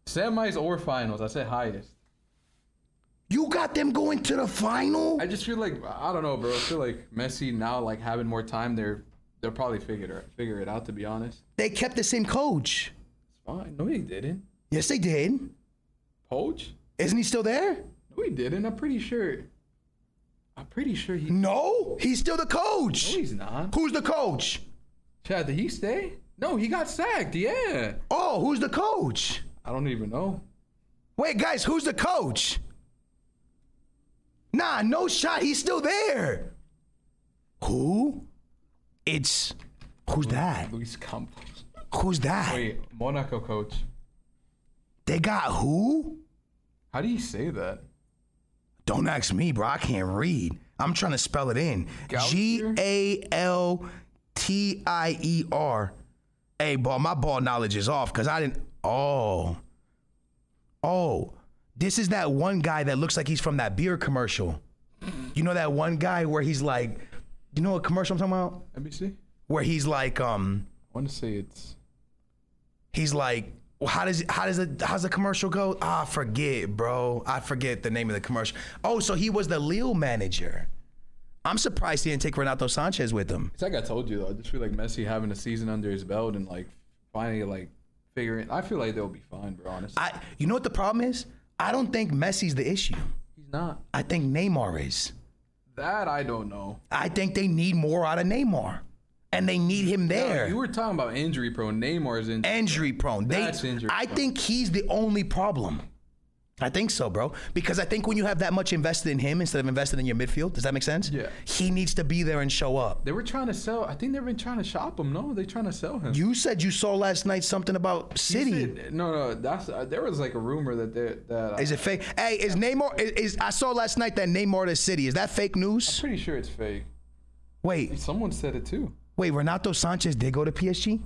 S3: Semis or finals. I said highest.
S2: You got them going to the final?
S3: I just feel like I don't know, bro. I feel like Messi now, like having more time, they're they'll probably figure it figure it out. To be honest,
S2: They kept the same coach.
S3: it's fine. No, he didn't.
S2: Yes, they did.
S3: Poach?
S2: Isn't he still there?
S3: No, he didn't. I'm pretty sure. I'm pretty sure he. No,
S2: No, he's still the coach.
S3: he's not.
S2: Who's the coach?
S3: Chad, did he stay? No, he got sacked. Yeah.
S2: Oh, who's the coach?
S3: I don't even know.
S2: Wait, guys, who's the coach? Nah, no shot. He's still there. Who? It's who's that?
S3: Luis Campos.
S2: Who's that?
S3: Wait, Monaco coach.
S2: They got who?
S3: How do you say that?
S2: Don't ask me, bro. I can't read. I'm trying to spell it in. G
S3: Gautier?
S2: A L T I E R. Hey, ball, my ball knowledge is off because I didn't. Oh. Oh. This is that one guy that looks like he's from that beer commercial. You know that one guy where he's like, you know what commercial I'm talking about?
S3: Let me see. I
S2: Where he's like, um,
S3: want to say it's.
S2: he's like, well, how does how does it how's the commercial go? Ah, I forget, bro. I forget the name of the commercial. Oh, so he was the Lille manager. I'm surprised he didn't take Renato Sanchez with him.
S3: It's like I told you though. I just feel like Messi having a season under his belt and like finally like figuring. I feel like they'll be fine, bro. Honestly,
S2: I you know what the problem is? I don't think Messi's the issue.
S3: he's not.
S2: I think Neymar is.
S3: That I don't know.
S2: I think they need more out of Neymar. And they need him there.
S3: You were talking about injury prone. Neymar's injury.
S2: injury prone. They,
S3: That's injury
S2: I
S3: prone.
S2: think he's the only problem. I think so, bro. Because I think when you have that much invested in him instead of invested in your midfield, does that make sense?
S3: Yeah.
S2: He needs to be there and show up.
S3: They were trying to sell. I think they've been trying to shop him. No, they're trying to sell him.
S2: You said you saw last night something about City.
S3: Said- no, no, that's uh, there was like a rumor that they, that uh,
S2: is it fake? Hey, is Neymar? Is, is I saw last night that Neymar to City. Is that fake news?
S3: pretty sure it's fake.
S2: Wait,
S3: Someone said it too.
S2: wait. Renato Sanchez did go to PSG.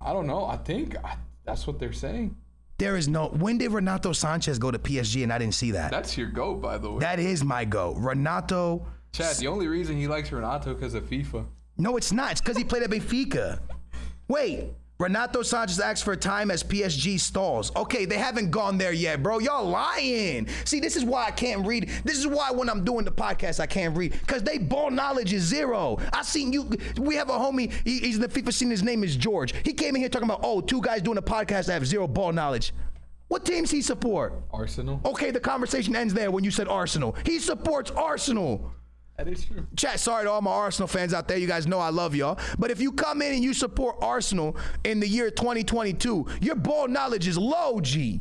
S3: I don't know. I think I, that's what they're saying.
S2: There is no. When did Renato Sanchez go to PSG? And I didn't see that.
S3: That's your goat, by the way.
S2: That is my go. Renato.
S3: Chad, the only reason he likes Renato because of FIFA.
S2: No, it's not. It's because he played at Benfica. Wait, Renato Sanchez asked for time as PSG stalls. Okay, they haven't gone there yet, bro. Y'all lying. See, this is why I can't read. This is why when I'm doing the podcast, I can't read because they ball knowledge is zero. I seen you. We have a homie. He, he's in the FIFA scene. His name is George. He came in here talking about oh, two guys doing a podcast that have zero ball knowledge. What teams he support?
S3: Arsenal.
S2: Okay, the conversation ends there when you said Arsenal. He supports Arsenal.
S3: That is true.
S2: Chat, sorry to all my Arsenal fans out there. You guys know I love y'all. But if you come in and you support Arsenal in the year 2022, your ball knowledge is low, G.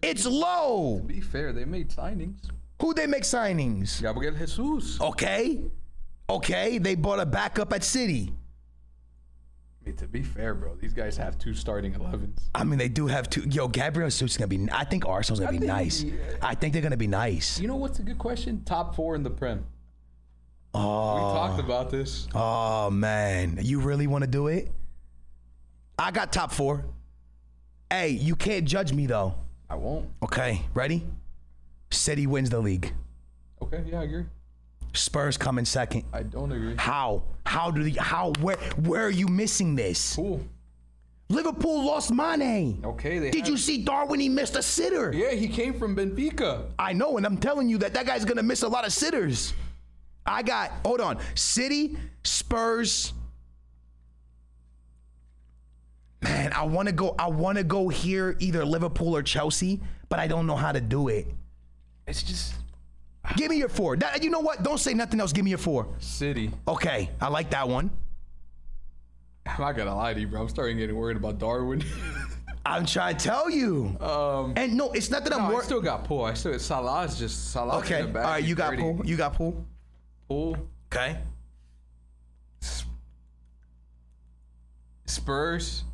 S2: It's low.
S3: Be fair. They made signings.
S2: Who they make signings?
S3: Gabriel Jesus.
S2: Okay. Okay. They bought a backup at City.
S3: I mean, to be fair, bro, these guys have two starting 11s.
S2: I mean, they do have two. Yo, Gabriel Jesus is going to be. I think Arsenal's going to be
S3: think-
S2: nice. I think they're going to be nice.
S3: You know what's a good question? Top four in the Prem.
S2: Ah.
S3: Oh. We talked about this.
S2: Oh, man. You really want to do it? I got top four. Hey, you can't judge me, though.
S3: I won't.
S2: Okay, ready? City wins the league.
S3: Okay, yeah, I agree.
S2: Spurs come in second.
S3: I don't agree.
S2: How? How do the how where where are you missing this?
S3: Cool.
S2: Liverpool lost Mane.
S3: Okay, they
S2: Did
S3: have-
S2: you see Darwin? He missed a sitter.
S3: Yeah, he came from Benfica.
S2: I know, and I'm telling you that that guy's gonna miss a lot of sitters. I got hold on. City, Spurs, man. I want to go. I want to go here, either Liverpool or Chelsea, but I don't know how to do it.
S3: It's just
S2: Give me your four. That- you know what? Don't say nothing else. Give me your four.
S3: City.
S2: Okay, I like that one.
S3: I'm not gonna lie to you, bro. I'm starting getting worried about Darwin. (laughs)
S2: I'm trying to tell you.
S3: um,
S2: and no, it's not that I'm
S3: no, I
S2: worried.
S3: still got Pool. I still Salah's just Salah.
S2: Okay, all right. You got pool. You got pool.
S3: Pool.
S2: Okay.
S3: Spurs.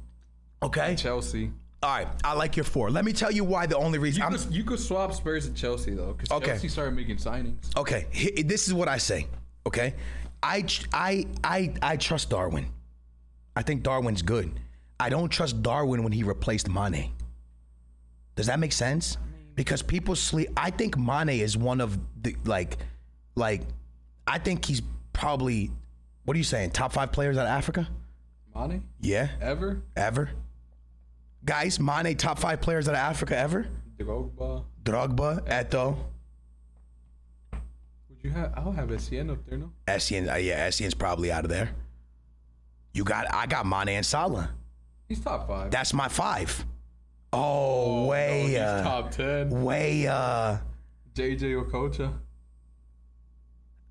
S2: Okay.
S3: Chelsea.
S2: All right. I like your four. Let me tell you why. The only reason.
S3: You
S2: I'm,
S3: could, you could swap Spurs and Chelsea though, because
S2: Okay.
S3: Chelsea started making signings.
S2: okay. hi- This is what I say. Okay. I tr- I I I trust Darwin. I think Darwin's good. I don't trust Darwin when he replaced Mane. Does that make sense? Because people sleep. I think Mane is one of the like, like, I think he's probably. What are you saying? Top five players out of Africa?
S3: Mane
S2: Yeah.
S3: ever.
S2: Ever. Guys, Mane top five players out of Africa ever.
S3: Drogba.
S2: Drogba, Eto,
S3: Would you have? I'll have Essien up there, no?
S2: Essien. Uh, yeah, Essien's probably out of there. You got, I got Mane and Salah.
S3: He's top five.
S2: That's my five. Oh,
S3: Oh,
S2: way,
S3: he's
S2: uh,
S3: top ten.
S2: way, uh,
S3: JJ Okocha.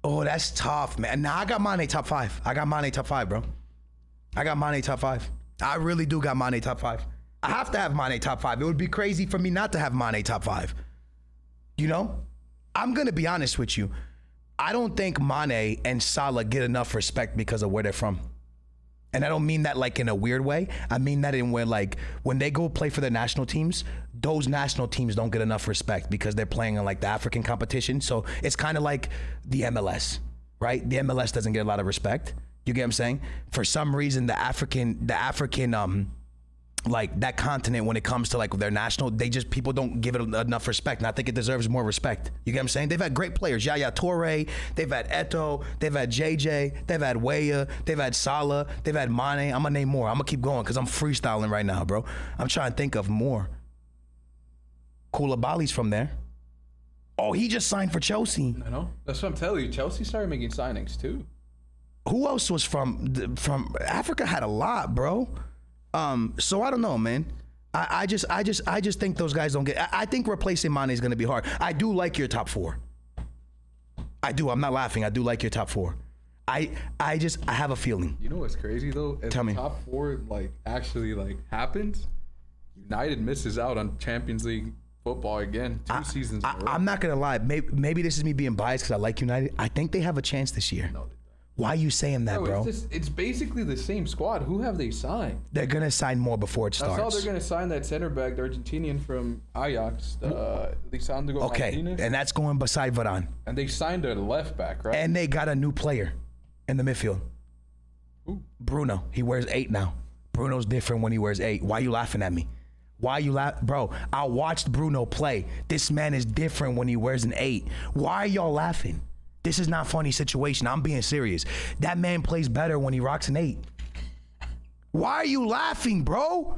S2: oh, that's tough, man. Nah, I got Mane top five. I got Mane top five, bro. I got Mane top five. I really do got Mane top five. I have to have Mane top five. It would be crazy for me not to have Mane top five. You know, I'm gonna be honest with you. I don't think Mane and Salah get enough respect because of where they're from. And I don't mean that like in a weird way. I mean that in where like when they go play for their national teams, those national teams don't get enough respect because they're playing in like the African competition. So it's kind of like the MLS, right? The MLS doesn't get a lot of respect. You get what I'm saying? For some reason, the African, the African, um, like that continent when it comes to like their national they just people don't give it enough respect and i think it deserves more respect you get what i'm saying they've had great players yaya torre they've had eto they've had jj they've had Weah, they've had Salah, they've had mane i'm gonna name more i'm gonna keep going because i'm freestyling right now bro i'm trying to think of more Koulibaly's from there oh he just signed for chelsea
S3: I know. That's what I'm telling you. Chelsea started making signings too.
S2: who else was from th- from Africa had a lot, bro. Um, so I don't know, man. I, I just I just I just think those guys don't get. I, I think replacing Mane is gonna be hard. I do like your top four. I do. I'm not laughing. I do like your top four. I I just I have a feeling.
S3: You know what's crazy though? If
S2: Tell me.
S3: Top four like actually like happens. United misses out on Champions League football again two seasons.
S2: I,
S3: in a row.
S2: I'm not gonna lie. Maybe maybe this is me being biased because I like United. I think they have a chance this year.
S3: No, they
S2: Why you saying that,
S3: don't.
S2: bro?
S3: It's, just, it's basically the same squad. Who have they signed?
S2: they're gonna sign more before it
S3: I saw
S2: starts.
S3: they're going to sign that center back, the Argentinian from Ajax, the, uh, Lisandro
S2: okay,
S3: Martinez.
S2: and that's going beside Varane.
S3: And they signed a left back, right?
S2: And they got a new player in the midfield.
S3: Who?
S2: Bruno. He wears eight now. Bruno's different when he wears eight. Why you laughing at me? Why you laugh, bro? I watched Bruno play. This man is different when he wears an eight. Why are y'all laughing? This is not funny situation. I'm being serious. That man plays better when he rocks an eight. Why are you laughing, bro?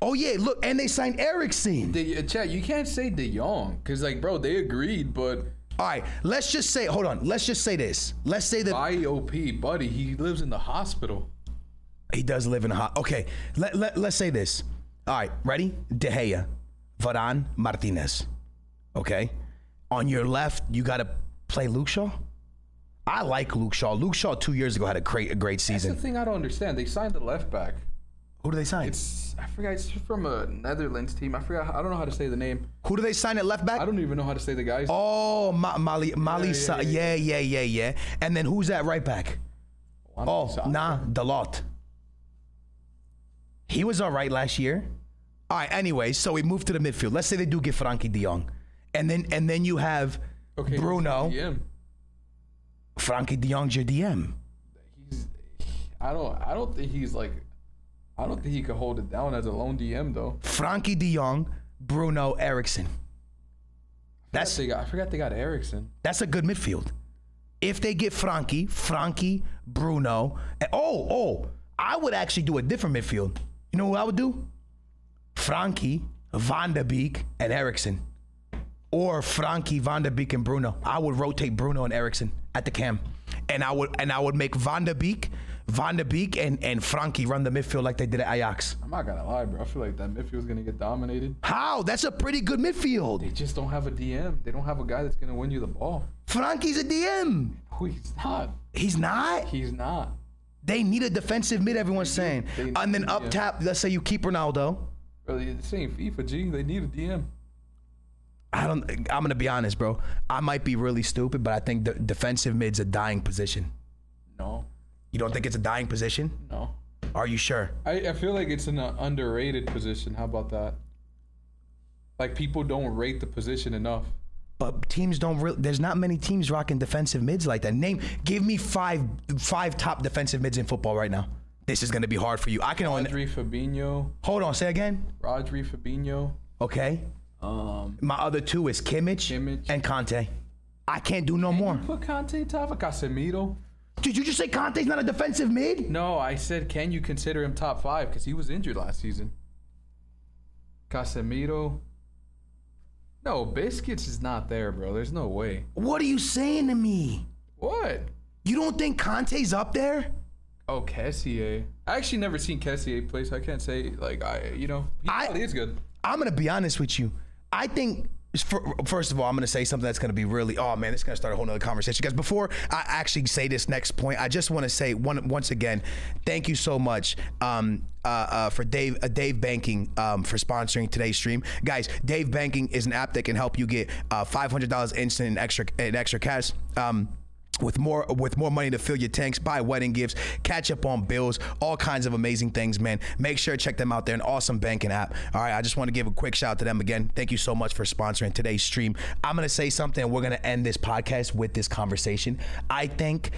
S2: Oh yeah, look, and they signed Erickson.
S3: De, uh, Chad, you can't say De Jong because, like, bro, they agreed, but
S2: All right, let's just say, hold on, let's just say this. Let's say that
S3: IOP, buddy, he lives in the hospital.
S2: He does live in a hot. Okay, let, let, let's say this. All right, ready? De Gea, Varane, Martinez. Okay? On your left, you got to play Luke Shaw. I like Luke Shaw. Luke Shaw two years ago had a great, a great
S3: That's the
S2: season.
S3: thing I don't understand. They signed the left back.
S2: Who do they sign?
S3: It's I forgot. It's from a Netherlands team. I forgot. I don't know how to say the name.
S2: Who do they sign at left
S3: I
S2: back?
S3: don't even know how to say the guy's.
S2: Oh, Ma- Mali, Mali, Sa- yeah yeah, yeah, yeah, And then who's at right back?
S3: I'm
S2: Oh,
S3: sorry.
S2: nah, Dalot. He was all right last year. All right. Anyway, so we move to the midfield. Let's say they do get Frankie De Jong, and then and then you have
S3: Okay,
S2: Bruno,
S3: Yeah,
S2: Frankie De Jong's your DM.
S3: he's. I don't. I don't think he's like. I don't think he could hold it down as a lone DM though.
S2: Frankie De Jong, Bruno Erickson. That's
S3: they got, I forgot they got Erickson.
S2: That's a good midfield. If they get Frankie, Frankie, Bruno, and, oh, oh, I would actually do a different midfield. You know what I would do? Frankie, Van de Beek, and Erickson. Or Frankie, Van de Beek, and Bruno. I would rotate Bruno and Erickson at the cam. And I would and I would make Van de Beek, Van de Beek and, and Frankie run the midfield like they did at Ajax.
S3: I'm not gonna lie, bro. I feel like that midfield's gonna get dominated.
S2: How? That's a pretty good midfield.
S3: They just don't have a DM. They don't have a guy that's gonna win you the ball. (laughs)
S2: Frankie's a DM.
S3: No, he's not.
S2: He's not.
S3: He's not.
S2: They need a defensive mid, everyone's saying.
S3: They need-
S2: And then up
S3: yeah.
S2: top, let's say you keep Ronaldo.
S3: Really, it's the same FIFA G. They need a DM.
S2: I don't. I'm gonna be honest, bro. I might be really stupid, but I think the defensive mid's a dying position.
S3: No,
S2: You don't think it's a dying position?
S3: no.
S2: Are you sure?
S3: I, I feel like it's an uh, underrated position. How about that? Like people don't rate the position enough.
S2: But teams don't. Re- there's not many teams rocking defensive mids like that. Name. Give me five five top defensive mids in football right now. This is gonna be hard for you. I can only
S3: Rodri Fabinho,
S2: hold on. Say again.
S3: Rodri Fabinho.
S2: Okay.
S3: Um,
S2: My other two is Kimmich,
S3: Kimmich.
S2: and Conte. I can't do no more.
S3: put Conte top of Casemiro.
S2: Did you just say Conte's not a defensive mid?
S3: No, I said, can you consider him top five? Because he was injured last season. Casemiro. No, Biscuits is not there, bro. There's no way.
S2: What are you saying to me?
S3: What?
S2: You don't think Conte's up there?
S3: Oh, Kessier. I actually never seen Kessier play, so I can't say, like, I, you know, he
S2: I-
S3: probably is good.
S2: I'm gonna be honest with you. I think fir- first of all, I'm gonna say something that's gonna be really. Oh man, this is gonna start a whole nother conversation. Guys, before I actually say this next point, I just want to say one once again, thank you so much um, uh, uh, for Dave uh, Dave Banking um, for sponsoring today's stream, guys. Dave Banking is an app that can help you get uh, $500 instant and extra and extra cash. Um, with more with more money to fill your tanks, buy wedding gifts, catch up on bills, all kinds of amazing things, man. Make sure to check them out. They're an awesome banking app. All right, I just want to give a quick shout out to them again. Thank you so much for sponsoring today's stream. I'm gonna say something. and We're gonna end this podcast with this conversation. I think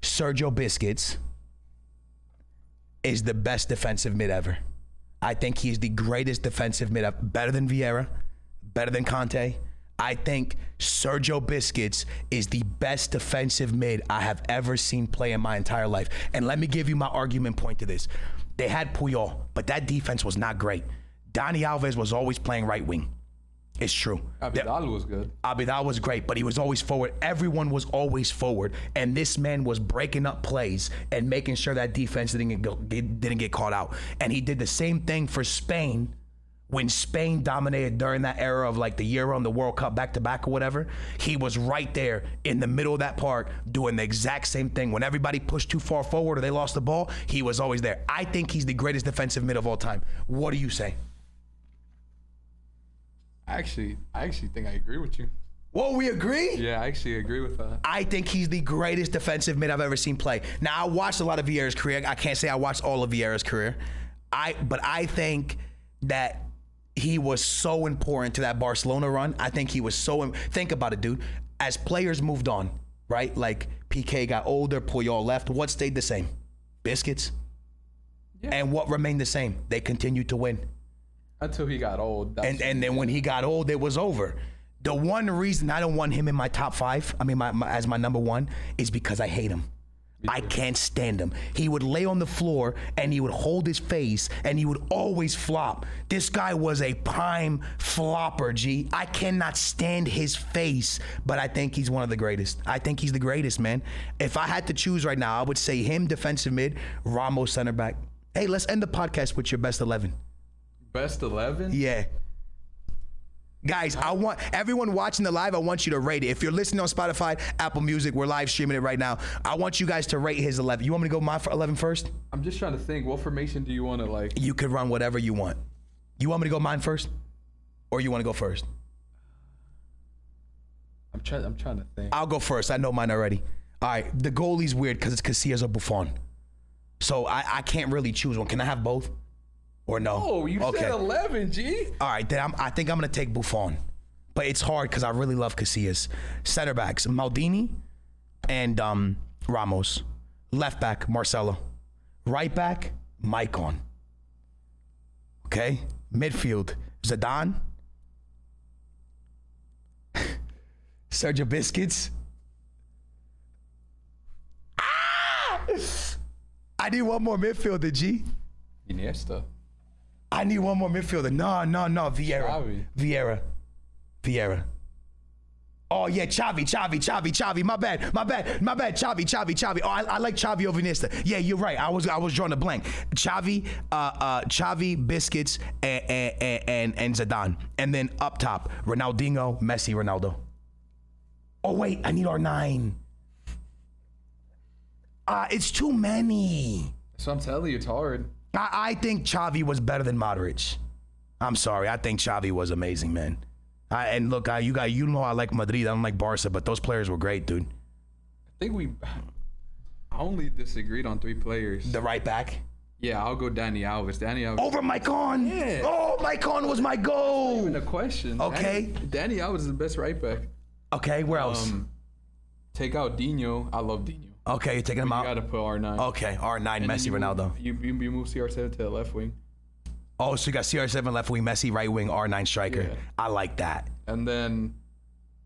S2: Sergio Biscuits is the best defensive mid ever. I think he is the greatest defensive mid ever. Better than Vieira, better than Conte. I think Sergio Biscuits is the best defensive mid I have ever seen play in my entire life. And let me give you my argument point to this. They had Puyol, but that defense was not great. Donny Alves was always playing right wing. It's true.
S3: Abidal was good.
S2: Abidal was great, but he was always forward. Everyone was always forward, and this man was breaking up plays and making sure that defense didn't get, go- didn't get caught out. And he did the same thing for Spain when Spain dominated during that era of like the Euro and the World Cup back to back or whatever. He was right there in the middle of that park doing the exact same thing. When everybody pushed too far forward or they lost the ball, he was always there. I think he's the greatest defensive mid of all time. What do you say?
S3: I actually, I actually think I agree with you.
S2: Well, we agree.
S3: Yeah, I actually agree with that.
S2: I think he's the greatest defensive mid I've ever seen play. Now I watched a lot of Vieira's career. I can't say I watched all of Vieira's career. I but I think that he was so important to that Barcelona run. I think he was so im- think about it, dude. As players moved on, right? Like PK got older, Puyol left. What stayed the same? Biscuits.
S3: Yeah.
S2: And what remained the same? They continued to win
S3: Until he got old. That's
S2: and and then when he got old, it was over. The one reason I don't want him in my top five, I mean, my, my, as my number one, is because I hate him. I can't stand him. He would lay on the floor and he would hold his face and he would always flop. This guy was a prime flopper, G. I cannot stand his face, but I think he's one of the greatest. I think he's the greatest, man. If I had to choose right now, I would say him defensive mid, Ramos center back. Hey, let's end the podcast with your best 11.
S3: best 11?
S2: Yeah. Guys, I want everyone watching the live, I want you to rate it. If you're listening on Spotify, Apple Music, we're live streaming it right now. I want you guys to rate his 11. You want me to go my f- 11 first?
S3: I'm just trying to think. What formation do you want to like?
S2: You could run whatever you want. You want me to go mine first? Or you want to go first?
S3: I'm trying. I'm trying to think.
S2: I'll go first. I know mine already. All right. The goalie's weird because it's Casillas or Buffon. So I, I can't really choose one. Can I have both? Or no?
S3: Oh, you said 11, G.
S2: All right, then I'm, I think I'm gonna take Buffon, but it's hard because I really love Casillas. Center backs Maldini and um, Ramos. Left back Marcelo. Right back Maicon. Okay. Midfield Zidane. (laughs) Sergio Biscuits. Ah! (laughs) I need one more midfielder, G.
S3: Iniesta.
S2: I need one more midfielder. No, no, no. Vieira.
S3: Xavi.
S2: Vieira. Vieira. Oh yeah, Chavi, Chavi, Chavi, Chavi. My bad, my bad, my bad. Chavi, Chavi, Chavi. Oh, I, I like Chavi over Nesta. Yeah, you're right. I was I was drawing a blank. Chavi, uh, uh, Chavi, biscuits, and and, and and Zidane, and then up top, Ronaldinho, Messi, Ronaldo. Oh wait, I need our nine. Uh, it's too many.
S3: So I'm telling you, it's hard.
S2: I, I think Chavi was better than Modric. I'm sorry. I think Chavi was amazing, man. I, and look, I, you got you know I like Madrid. I don't like Barca, but those players were great, dude.
S3: I think we I only disagreed on three players.
S2: The Oh, right back
S3: Yeah, I'll go Danny Alves. Danny Alves.
S2: over Mycon.
S3: Yeah.
S2: Oh, Mycon was my
S3: Even
S2: goal.
S3: a question.
S2: Okay.
S3: Danny, Danny Alves is the best right back.
S2: Okay, where else?
S3: Um, take out Dino. I love Dino. You
S2: okay, you're taking him out.
S3: gotta put R nine.
S2: Okay, R nine, Oh, Messi, Ronaldo.
S3: You, you you move CR seven to the left wing,
S2: Oh, so you got CR7 left wing, Messi right wing, R9 striker.
S3: Yeah.
S2: I like that.
S3: and then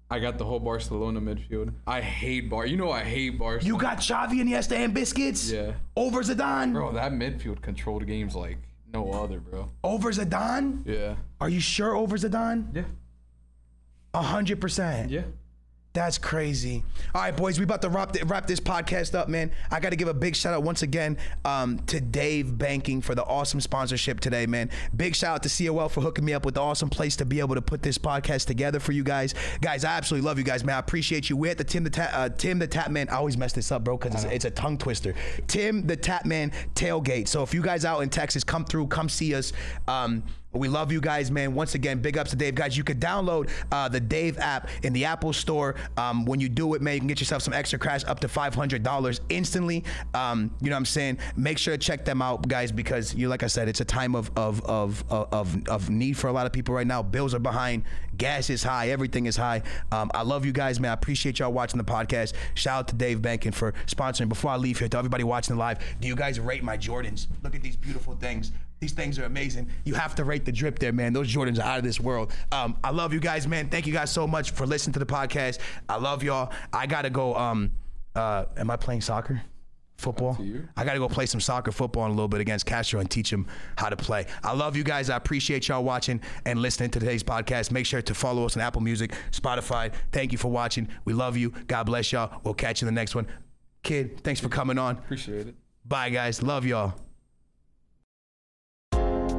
S3: I got the whole Barcelona midfield. I hate Bar. You know I hate Barcelona.
S2: You got Xavi and Iniesta and biscuits.
S3: Yeah.
S2: Over Zidane.
S3: bro, that midfield controlled games like no other, bro.
S2: Over Zidane.
S3: Yeah.
S2: Are you sure over Zidane?
S3: Yeah.
S2: A hundred percent.
S3: Yeah.
S2: That's crazy. All right, boys, we about to wrap, th- wrap this podcast up, man. I got to give a big shout out once again um, to Dave Banking for the awesome sponsorship today, man. Big shout out to COL for hooking me up with the awesome place to be able to put this podcast together for you guys. Guys, I absolutely love you guys, man. I appreciate you. We're at the Tim the, Ta- uh, Tim the Tap Man. I always mess this up, bro, because it's, it's a tongue twister. Tim the Tap Man tailgate. So if you guys out in Texas, come through, come see us. Um, we love you guys, man. Once again, big ups to Dave. Guys, you could download uh, the Dave app in the Apple Store. Um, when you do it, man, you can get yourself some extra cash up to $500 instantly. Um, you know what I'm saying? Make sure to check them out, guys, because you, like I said, it's a time of, of, of, of, of- of need for a lot of people right now. Bills are behind, gas is high, everything is high. Um, I love you guys, man. I appreciate y'all watching the podcast. Shout out to Dave Bankin for sponsoring. Before I leave here, to everybody watching live, do you guys rate my Jordans? Look at these beautiful things. These things are amazing. You have to rate the drip there, man. Those Jordans are out of this world. Um, I love you guys, man. Thank you guys so much for listening to the podcast. I love y'all. I gotta go. Um, uh, am I playing soccer? Football.
S3: you.
S2: I gotta go play some soccer football in a little bit against Castro and teach him how to play. I love you guys. I appreciate y'all watching and listening to today's podcast. Make sure to follow us on Apple Music, Spotify. Thank you for watching. We love you. God bless y'all. We'll catch you in the next one. Kid, thanks for coming on.
S3: Appreciate it.
S2: Bye, guys. Love y'all.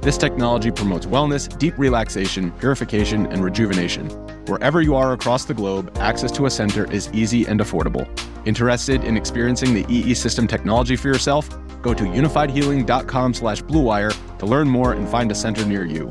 S4: This technology promotes wellness, deep relaxation, purification, and rejuvenation. Wherever you are across the globe, access to a center is easy and affordable. Interested in experiencing the EE system technology for yourself? Go to unifiedhealing.com slash bluewire to learn more and find a center near you.